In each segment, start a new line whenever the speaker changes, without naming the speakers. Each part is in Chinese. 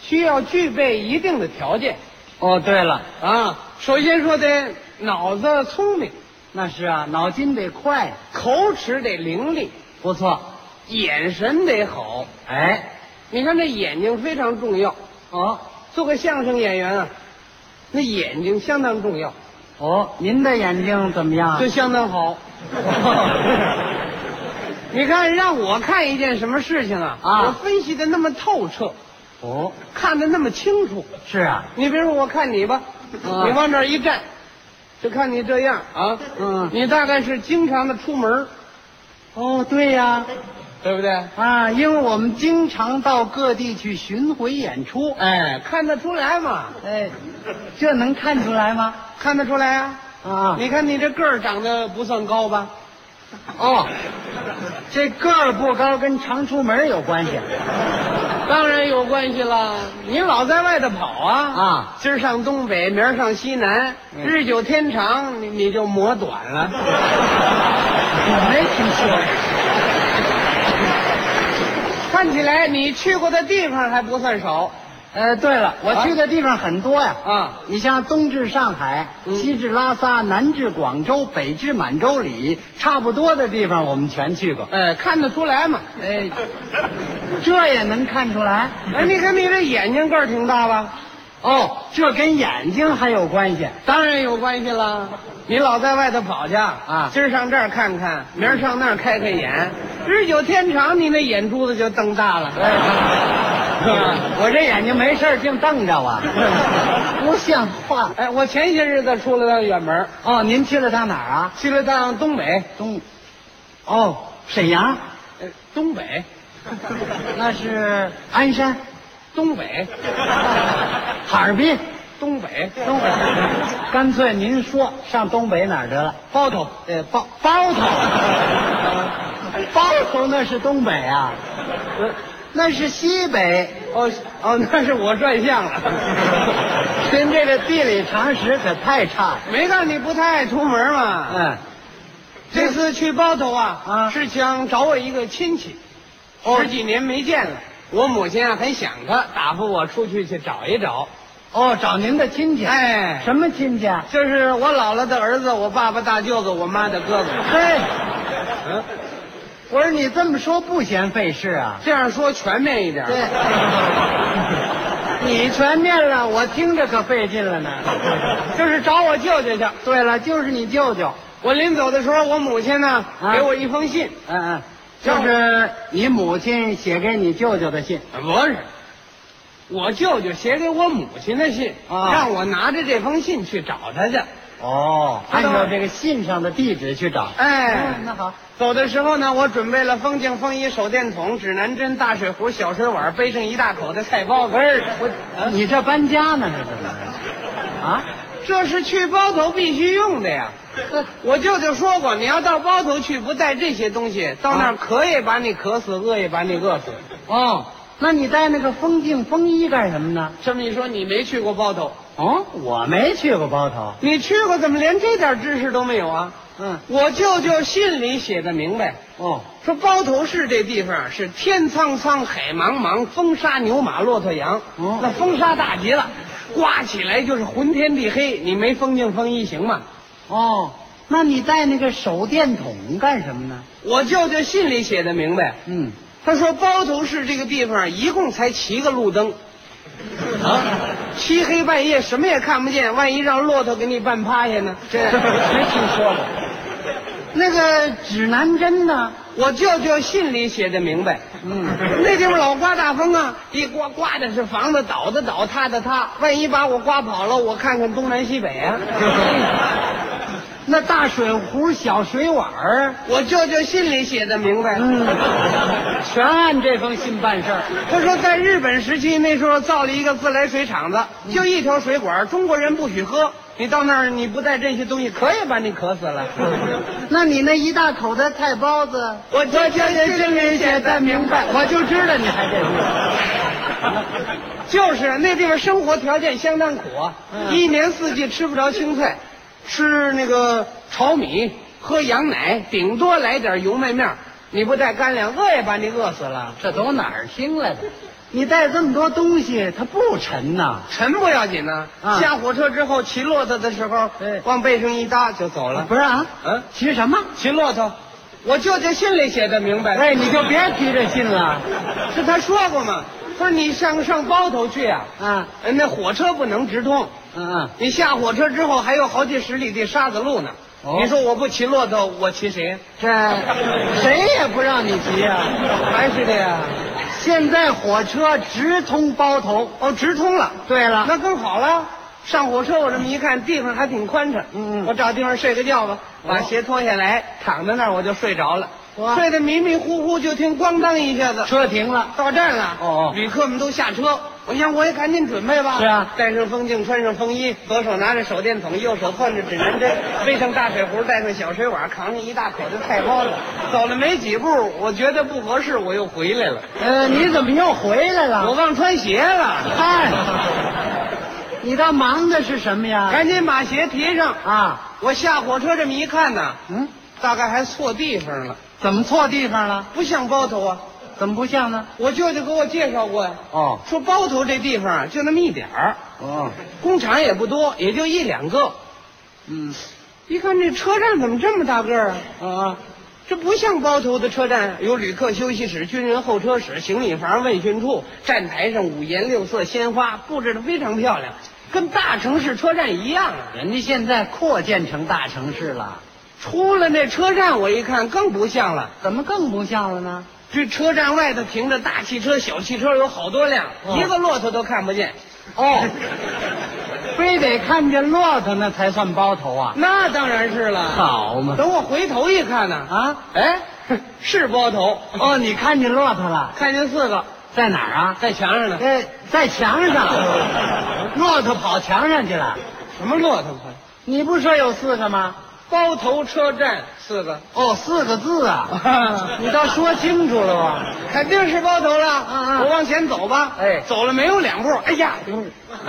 需要具备一定的条件
哦，对了，
啊。首先说得脑子聪明，
那是啊，脑筋得快，
口齿得伶俐，
不错。
眼神得好。
哎，
你看这眼睛非常重要，
哦
做个相声演员啊，那眼睛相当重要，
哦，您的眼睛怎么样？
就相当好。 你看，让我看一件什么事情啊，
啊
我分析的那么透彻，
哦，
看的那么清楚。
是啊，
你比如说，我看你吧，
啊
你往这儿一站，就看你这样啊，
嗯
你大概是经常的出门，
哦，对呀、
对不对？
啊，因为我们经常到各地去巡回演出，
哎，看得出来嘛，
哎，这能看出来吗？
看得出来啊。
啊，
你看你这个儿长得不算高吧？
哦，这个儿不高跟常出门有关系
当然有关系了，你老在外头跑啊
啊。
今儿上东北，明儿上西南，
嗯
日久天长，你你就磨短了。
我没听说
看起来你去过的地方还不算少
呃，对了，我
啊
去的地方很多呀。
啊。
你像东至上海，
嗯
西至拉萨，南至广州，北至满洲里，差不多的地方我们全去过。
哎，看得出来嘛。
哎，这也能看出来
哎，你看你这眼睛个儿挺大吧？
哦，这跟眼睛还有关系。
当然有关系了。你老在外头跑去
啊
今儿上这儿看看，明儿上那儿开开眼，日久天长，你那眼珠子就瞪大了。
哎我这眼睛没事儿净瞪着 我，不像话。
哎，我前些日子出了趟远门，
哦，您去了趟哪儿啊？
去了趟东北，
东，哦，沈阳，
呃东北，
那是鞍山，
东北，
哈尔滨，
东北，
东北。干脆您说上东北哪儿去了？
包头，
呃，包包头，包头那是东北啊，那是西北。
哦哦，那是我转向了，
您这个地理常识可太差了。
没看你不太爱出门嘛。
嗯，
这次去包头啊，
啊
是想找我一个亲戚，
哦
十几年没见了。我母亲啊很想他，打发我出去去找一找。
哦，找您的亲戚。，
哎，
什么亲戚啊？
就是我姥姥的儿子，我爸爸大舅子，我妈的哥哥。
嘿，
嗯，
我说你这么说不嫌费事啊？
这样说全面一点。，，
你全面了，我听着可费劲了呢。
就是找我舅舅去。
对了，就是你舅舅。
我临走的时候，我母亲呢、
啊
给我一封信，
嗯嗯，就是你母亲写给你舅舅的信。
不是，我舅舅写给我母亲的信，
啊
让我拿着这封信去找他去。
哦，
知
按
道
照这个信上的地址去找。嗯
哎，
那好，
走的时候呢，我准备了风镜、风衣、手电筒、指南针、大水壶、小水碗，背上一大口的菜包子。我啊
你这搬家呢？这怎么是？啊？
这是去包头必须用的呀。我舅舅说过，你要到包头去不带这些东西，到那儿
啊
渴也把你渴死，饿也把你饿死。
哦，那你带那个风镜风衣干什么呢？
这么一说，你没去过包头，
哦，我没去过包头。
你去过怎么连这点知识都没有啊？
嗯，
我舅舅信里写的明白，
哦，
说包头市这地方是天苍苍，海茫茫，风沙牛马骆驼羊。
哦
那风沙大极了，刮起来就是浑天地黑。你没风镜风衣行吗？
哦，那你带那个手电筒干什么呢？
我舅舅信里写的明白，
嗯，
他说包头市这个地方一共才七个路灯，
啊，
漆黑半夜什么也看不见，万一让骆驼给你绊趴下呢？
这没听说过。那个指南针呢？
我舅舅信里写的明白，
嗯，
那地方老刮大风啊，一刮刮的是房子倒的倒，塌的塌。万一把我刮跑了，我看看东南西北啊。
那大水壶、小水碗儿，
我舅舅信里写的明白，
嗯，全按这封信办事儿。
他说在日本时期那时候造了一个自来水厂子，就一条水管，中国人不许喝。你到那儿你不带这些东西，渴也把你渴死了。
那你那一大口的菜包子，
我舅舅信里写的明白，
我就知道你还这句。
就是那地方生活条件相当苦啊，
嗯
一年四季吃不着青菜，吃那个炒米，喝羊奶，顶多来点油麦面儿。你不带干粮，饿也把你饿死了。
这都哪儿听来的？你带这么多东西，它不沉呐。
沉不要紧呐、
啊
下火车之后骑骆驼的时候，
哎
往背上一搭就走了。
不是啊，
嗯，
骑什么？
骑骆驼，我舅舅信里写的明白。
哎，你就别提这劲了
是他说过嘛，说你上上包头去啊，
啊！
哎那火车不能直通，
嗯嗯，
你下火车之后还有好几十里地沙子路呢。
哦
你说我不骑骆驼，我骑谁？
这谁也不让你骑呀、
还是的呀。
现在火车直通包头。
哦，直通了，
对了，
那更好了。上火车我这么一看，地方还挺宽敞，
嗯嗯
我找地方睡个觉吧，
哦
把鞋脱下来，躺在那儿我就睡着了，
哇
睡得迷迷糊糊，就听咣当一下子
车停了。
到站了，
哦哦
旅客们都下车，我想我也赶紧准备吧，
是啊
戴上风镜，穿上风衣，左手拿着手电筒，右手攥着指南针，背上大水壶，带上小水碗，扛着一大口的菜包子，走了没几步，我觉得不合适，我又回来了，
呃，你怎么又回来
我
了？
忘穿鞋了。
啊哎，你倒忙的是什么呀？
赶紧把鞋提上。
啊，
我下火车这么一看呢，
嗯，
大概还错地方了，
怎么错地方了？
不像包头啊。
怎么不像呢？
我舅舅给我介绍过呀，
哦
说包头这地方啊就那么一点儿，
哦，
工厂也不多，也就一两个。
嗯
一看这车站怎么这么大个儿啊？
啊
这不像包头的车站，有旅客休息室、军人候车室、行李房、问讯处，站台上五颜六色鲜花布置的非常漂亮，跟大城市车站一样啊。
人家现在扩建成大城市了，
出了那车站，我一看更不像了。
怎么更不像了呢？
这车站外头停着大汽车、小汽车，有好多辆，
哦
一个骆驼都看不见。
哦，非得看见骆驼那才算包头啊？
那当然是了。
好嘛
等我回头一看呢，
啊，
哎，是包头，
哦，你看见骆驼了，
看见四个
在哪儿啊？
在墙 上呢。
呃，在墙 上，骆驼跑墙上去了。
什么骆驼？
你不说有四个吗？
包头车站四 个，
哦，四个字啊，你倒说清楚了啊。
肯定是包头了。
嗯
我往前走吧。
哎
走了没有两步，哎 呀，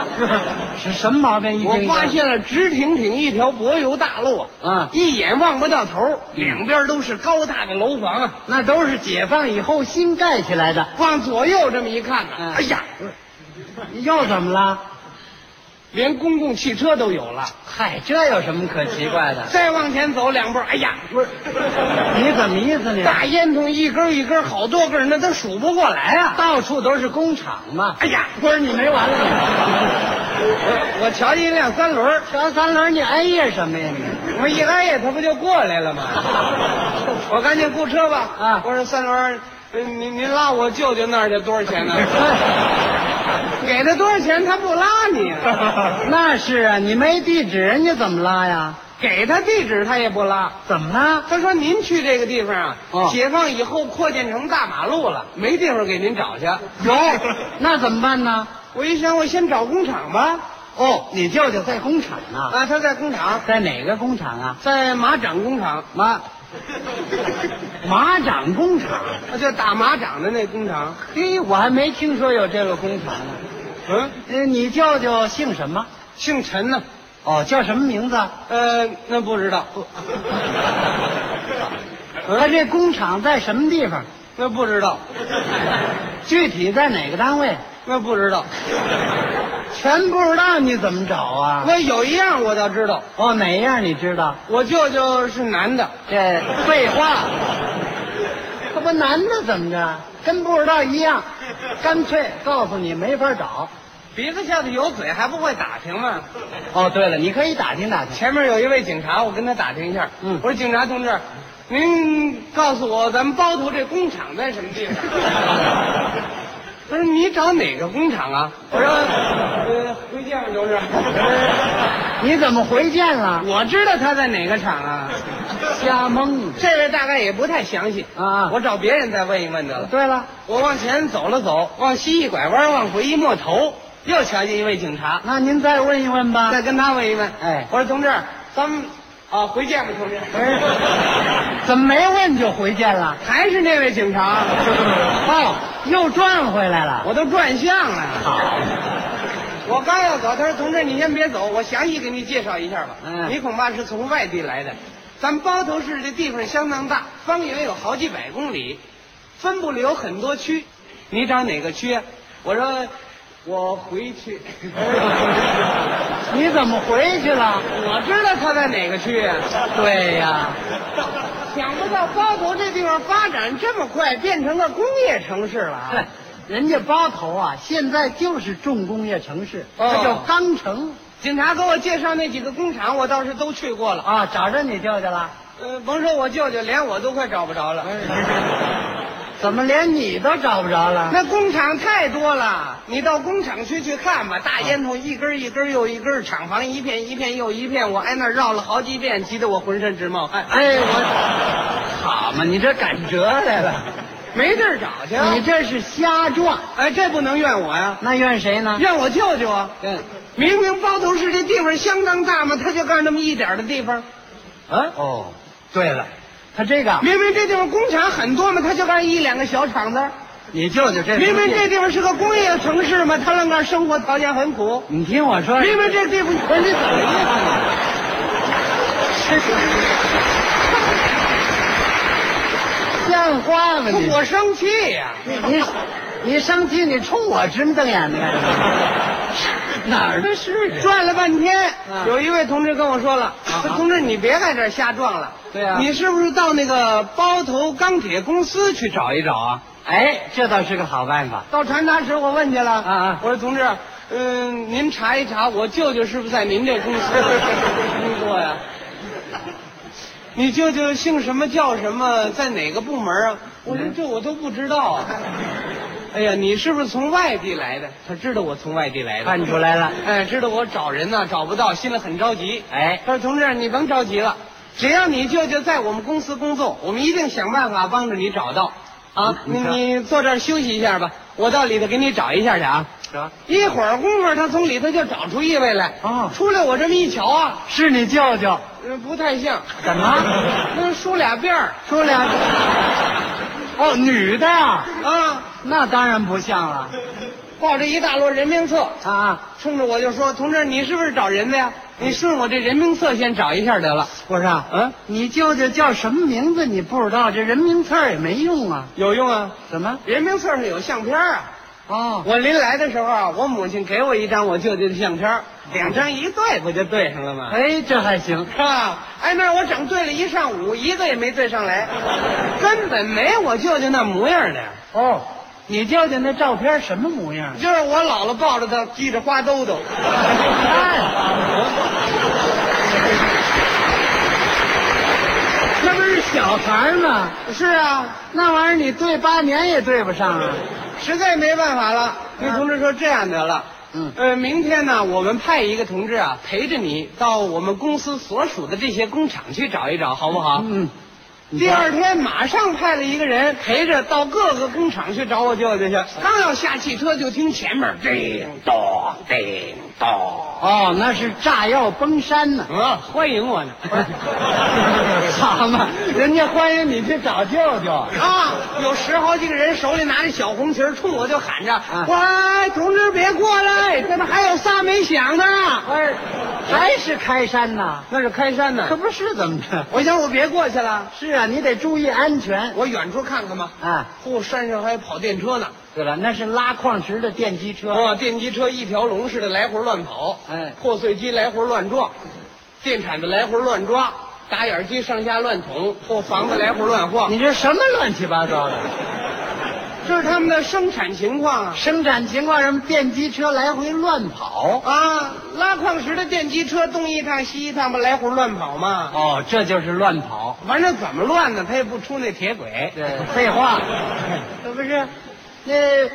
是什么毛病？一
我
惊一
发
乍
现了直挺挺一条柏油大路，
啊
一眼望不到头，
嗯
两边都是高大的楼房啊。
那都是解放以后新盖起来的。
往左右这么一看呢、
嗯
哎呀，
又怎么了？
连公共汽车都有了。
嗨，这有什么可奇怪的？
再往前走两步，哎呀，
不是，你怎么意思你？
大烟囱一根一根，好多个，那都数不过来啊！
到处都是工厂嘛。
哎呀，不是你没完了，我我瞧见一辆三轮儿，
小三轮，你哎呀什么呀你？
我一挨呀，他不就过来了 吗？我赶紧雇车吧。
啊
我说三轮儿，呃您您拉我舅舅那儿去多少钱呢？ 给他多少钱，他不拉你啊，
那是啊，你没地址，人家怎么拉呀？
给他地址他也不拉。
怎么了？
他说：“您去这个地方啊，
哦
解放以后扩建成大马路了，没地方给您找去。
有，那怎么办呢？”
我一想，我先找工厂吧。
哦，你舅舅在工厂啊？
啊，他在工厂，
在哪个工厂啊？
在马掌工厂，
马马掌工厂？
啊，就打马掌的那工厂。
嘿，我还没听说有这个工厂呢。
嗯，
呃，你舅舅姓什么？
姓陈呢、
哦，叫什么名字？
呃，那不知道，
哦
呃
他这工厂在什么地方？
那不知道，
具体在哪个单位？
那不知道。
全不知道，你怎么找啊？
我有一样我倒知道，
哦，哪样你知道？
我舅舅是男的，
这废话，这不男的怎么着？跟不知道一样，干脆告诉你没法找。
鼻子下头有嘴，还不会打听吗？
哦，对了，你可以打听打听。
前面有一位警察，我跟他打听一下。
嗯
我说警察同志，您告诉我咱们包头这工厂在什么地方？他说你找哪个工厂啊？我说，呃，回见吧，同志。
你怎么回见了？
我知道他在哪个厂啊。
瞎蒙。
这位大概也不太详细
啊
我找别人再问一问得了。
对了，
我往前走了走，往西一拐弯，往回一摸头，又瞧见一位警察，
那您再问一问吧
再。跟他问一问。
哎
我说同志，咱们啊回见吧，同志。
哎， 怎么没问就回见了？
还是那位警察，
哦，又转回来了。
我都转向了。
好，
我刚要走，他说：“同志，你先别走，我详细给你介绍一下吧。
嗯
你恐怕是从外地来的。咱包头市这地方相当大，方圆有好几百公里，分布里有很多区。你找哪个区啊？我说我回去，
你怎么回去了？
我知道他在哪个区啊。
对呀、
想不到包头这地方发展这么快，变成个工业城市了
哼
啊！
哎人家包头啊，现在就是重工业城市，
哦
这叫钢城
警察给我介绍那几个工厂，我倒是都去过了。
啊。找着你舅舅了？
呃，甭说我舅舅，连我都快找不着了。
哎怎么连你都找不着了？
那工厂太多了，你到工厂区去看吧，大烟囱一根一根又一根，厂房一片一片又一片，我挨那儿绕了好几遍，急得我浑身直冒汗。
哎，我好嘛，你这赶折来了，
没地儿找去啊，
你这是瞎转。
哎，这不能怨我呀、
那怨谁呢？
怨我舅舅啊。
嗯，
明明包头市这地方相当大嘛，他就干那么一点儿的地方；
啊，哦，对了，他这个，
明明这地方工厂很多嘛，他就干一两个小厂子；
你舅舅这
明明这，地方是个工业城市嘛，他愣干生活条件很苦。
你听我说，
明明这地方，不是你怎么意思啊？
像话吗你？
我生气呀、
你你生气，你冲我直目瞪眼的干什么？哪儿的事啊？
转了半天，
啊
有一位同志跟我说了：“
啊
同志，你别在这儿瞎撞了。
对啊
你是不是到那个包头钢铁公司去找一找啊
哎，这倒是个好办法？”。
到传达室我问去了
啊啊
我说同志，嗯、您查一查，我舅舅是不是在您这公司 工作呀？你舅舅姓什么叫什么，在哪个部门啊？我说这我都不知道 啊。哎呀，你是不是从外地来的？他知道我从外地来的。
看出来了，
哎，知道我找人呢、找不到，心里很着急。
哎，
他说：“同志，你甭着急了，只要你舅舅在我们公司工作，我们一定想办法帮着你找到。啊，
你
你
你看
你坐这儿休息一下吧，我到里头给你找一下去啊。
得
一会儿功夫，他从里头就找出一位来。
哦
出来我这么一瞧啊，
是你舅舅？
呃不太像，
怎么？
那梳俩辫儿
出俩？哦，女的呀？
啊，
那当然不像了
抱着一大摞人名册，
啊！
冲着我就说：‘同志，你是不是找人的呀？你顺我这人名册先找一下得了。’
不是啊，
嗯，
你舅舅叫什么名字你不知道，这人名册儿也没用啊。
有用啊，
怎么？
人名册上有相片儿啊。”
哦，
我临来的时候啊，我母亲给我一张我舅舅的相片儿，两张一对，不就对上了吗？
哎，这还行。
是吧？哎，那我整对了一上午，一个也没对上来，根本没我舅舅那模样的。
哦，你舅舅那照片什么模样？
就是我姥姥抱着他，系着花兜兜。
那不是小孩吗？
是啊，
那玩意儿你对八年也对不上啊。
实在没办法了，那同志说这样得了。
嗯
呃，明天呢，我们派一个同志啊，陪着你到我们公司所属的这些工厂去找一找，好不好？
嗯，
第二天马上派了一个人陪着到各个工厂去找我舅舅去。刚要下汽车，就听前面叮咚叮咚，
哦，那是炸药崩山呢。
啊，欢迎我呢！
好嘛，人家欢迎你去找舅舅。
啊，有十好几个人手里拿着小红旗儿，冲我就喊着：“喂，同志别过来，这边还有仨没响的，
哎，还是开山呐？
那是开山
可
呢。
不是怎么着？”
我想我别过去了，
是啊，你得注意安全。
我远处看看吧。
啊，
嚯，山上还跑电车呢！
对了，那是拉矿石的电机车。
啊，电机车一条龙似的来回乱跑，
哎
破碎机来回乱撞，电铲子来回乱抓，打眼机上下乱捅，破房子来回乱晃，
你这什么乱七八糟的？
这是他们的生产情况啊。
生产情况什么？电机车来回乱跑。
啊，拉矿石的电机车东一趟西一趟吧，来回乱跑嘛。
哦，这就是乱跑。
反正怎么乱呢，他也不出那铁轨。
对，废话，这不是那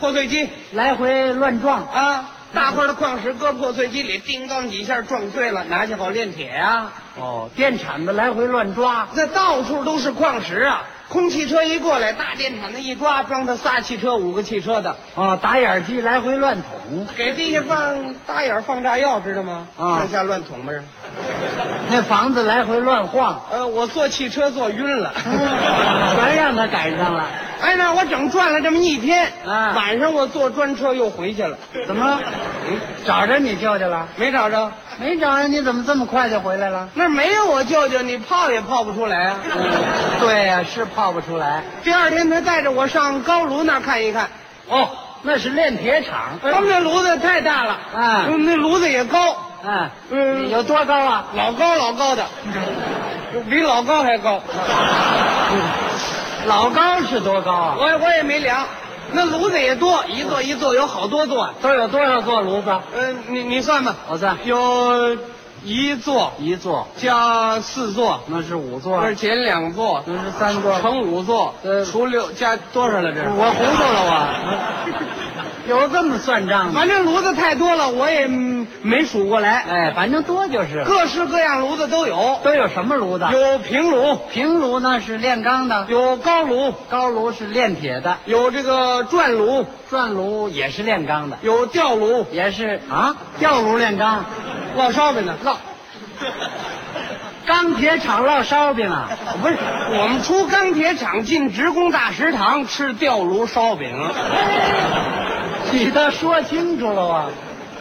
破碎机
来回乱撞。
啊，大块的矿石搁破碎机里，叮当几下撞碎了，拿去好炼铁啊。
哦，电铲子来回乱抓。
这到处都是矿石啊！空汽车一过来，大电铲子一抓，装他仨汽车、五个汽车的，
哦，打眼机来回乱捅。
给地下放大眼儿放炸药，知道吗？
啊
上下乱捅吧。
那房子来回乱晃。
呃，我坐汽车坐晕了。
全让他赶上了。
哎，那我整转了这么一天，
啊
晚上我坐专车又回去了，
怎么？哎找着你舅舅了？
没找着。
没找着，你怎么这么快就回来了？
那没有我舅舅，你泡也泡不出来啊。
对呀、是泡不出来。
第二天他带着我上高炉那儿看一看，
哦，那是炼铁厂。哎
他们那炉子太大了，
啊
嗯那炉子也高，
啊，
嗯
有多高啊？
老高老高的，比老高还高。
老高是多高啊？
我我也没量，那炉子也多，一座一座有好多座。
都有多少座炉子？
嗯、你你算吧，
我算
有一座
一座，
加四座，
那是五座
那，减两座，
那是三座。
乘五座
呃，
除六加多少了？这是
我糊涂了，我有这么算账的？
反正炉子太多了，我也嗯没数过来。
哎，反正多就是。
各式各样炉子都有，
都有什么炉子？啊
有平炉，
平炉那是炼钢的，
有高炉，
高炉是炼铁的，
有这个转炉，
转炉也是炼钢的，
有吊炉，
也是啊，吊炉炼钢，
烙烧饼的烙。
钢铁厂烙烧饼啊，
不是，我们出钢铁厂进职工大食堂吃吊炉烧饼。
你倒说清楚了啊！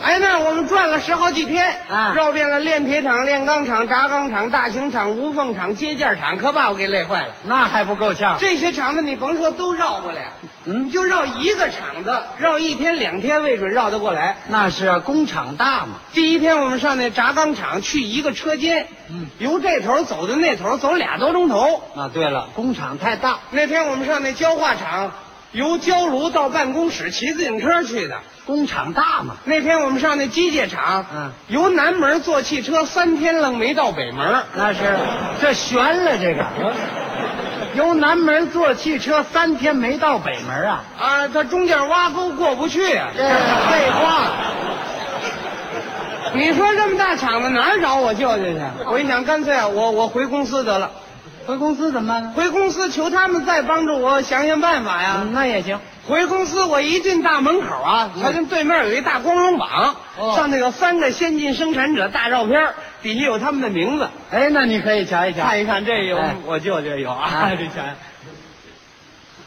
哎，那我们转了十好几天
啊
绕遍了炼铁厂、炼钢厂、轧钢厂、大型厂、无缝厂、接件厂，可把我给累坏了。
那还不够呛，
这些厂子你甭说都绕过来，你
嗯，
就绕一个厂子，绕一天两天未准绕得过来。
那是工厂大嘛，
第一天我们上那轧钢厂去一个车间，
嗯，
由这头走到那头，走俩多钟头。
啊，对了，工厂太大，
那天我们上那焦化厂，由焦炉到办公室骑自行车去的。
工厂大嘛，
那天我们上那机械厂，
嗯，
由南门坐汽车三天愣没到北门，
那是这悬了这个。由南门坐汽车三天没到北门啊，
啊，它中间挖沟过不去啊。
这废话，
你说这么大厂子哪儿找我舅舅去？我一想，干脆啊，我我回公司得了，
回公司怎么办呢？
回公司求他们再帮助我想想办法呀。
嗯那也行。
回公司我一进大门口啊，
嗯
瞧见对面有一大光荣榜，
哦
上那个三个先进生产者大照片，底下有他们的名字。
哎，那你可以瞧一瞧。
看一看这有、
哎
我舅舅有啊，
哎
这钱。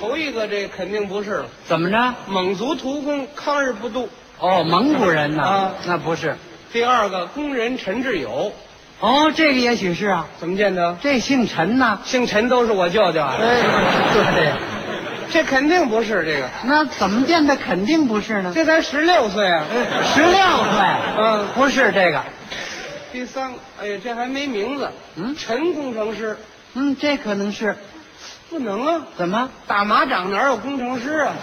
头一个这肯定不是了，
怎么着？
蒙族屠工康日不度。
哦，蒙古人呐、
啊
那不是。
第二个工人陈志友，
哦，这个也许是啊，
怎么见得？
这姓陈呐、
姓陈都是我舅舅啊，
对对，
这肯定不是这个，
那怎么变的肯定不是呢？
这才十六岁啊。
十六岁，
嗯，
不是这个。
第三个，哎呀，这还没名字，
嗯
陈工程师，
嗯，这可能是
不能啊，
怎么？
打马掌哪有工程师 啊？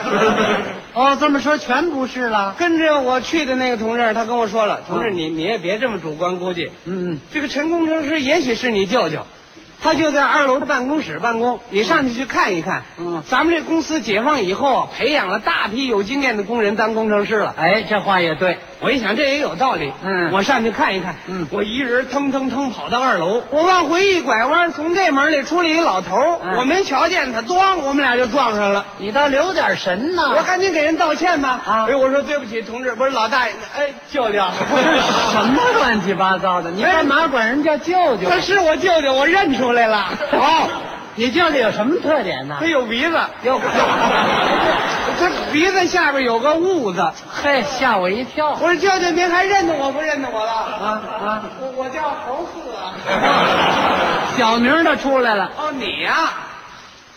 哦，这么说全不是了。
跟着我去的那个同志，他跟我说了，同志
嗯
你你也别这么主观估计，
嗯，
这个陈工程师也许是你舅舅，他就在二楼的办公室办公，你上去去看一看。
嗯
咱们这公司解放以后啊，培养了大批有经验的工人当工程师了。
哎，这话也对。
我一想，这也有道理。
嗯
我上去看一看。
嗯
我一人腾腾腾跑到二楼，我往回一拐弯，从这门里出来一老头儿，
嗯
我没瞧见他，咣，我们俩就撞上了。
你倒留点神呐！
我赶紧给人道歉吧。
啊
哎，我说对不起，同志，不是老大爷，哎，舅舅，
什么乱七八糟的？你干嘛管人叫舅舅？
他是我舅舅，我认出来了。
哦，你舅舅有什么特点呢
他？有鼻子。
又
这鼻子下边有个痦子。
嘿，吓我一跳！
我说舅舅，您还认得我不认得我了？
啊啊，
我我叫侯四啊。
小名儿都出来了。
哦，你呀、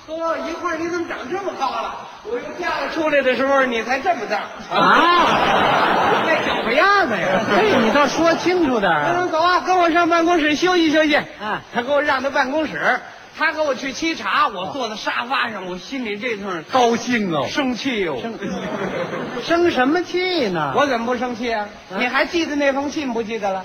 呵，一会儿你怎么长这么高了？我又嫁了出来的时候，你才这么大
啊，哎
那脚么样子呀？
这你倒说清楚点儿啊！
嗯，走啊，跟我上办公室休息休息。
啊，
他给我让到办公室，他给我去沏茶，我坐在沙发上，我心里这阵
高兴哦，
生气哟、
生生什么气呢？
我怎么不生气啊？
啊
你还记得那封信不记得了？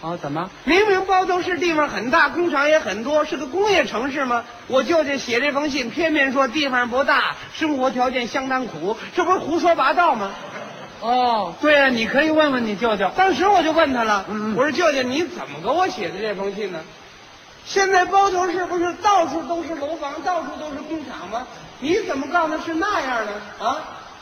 哦，怎么？
明明包头市地方很大，工厂也很多，是个工业城市吗？我舅舅写这封信，片面说地方不大，生活条件相当苦，这不是胡说八道吗？
哦，对啊，你可以问问你舅舅。
当时我就问他了，
嗯嗯
我说舅舅，你怎么给我写的这封信呢？现在包头市不是到处都是楼房，到处都是工厂吗？你怎么告诉他是那样呢？啊，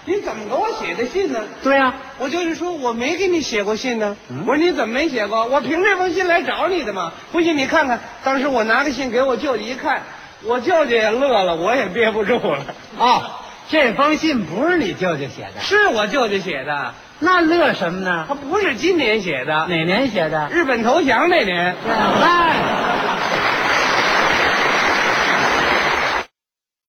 你怎么给我写的信呢？
对呀、
我就是说我没给你写过信呢。
嗯
我说你怎么没写过？我凭这封信来找你的嘛。不信你看看，当时我拿着信给我舅舅一看，我舅舅也乐了，我也憋不住了。啊
哦，这封信不是你舅舅写的，
是我舅舅写的，
那乐什么
他
呢？
不是今年写的，
哪年写的？
日本投降那年。
嗨，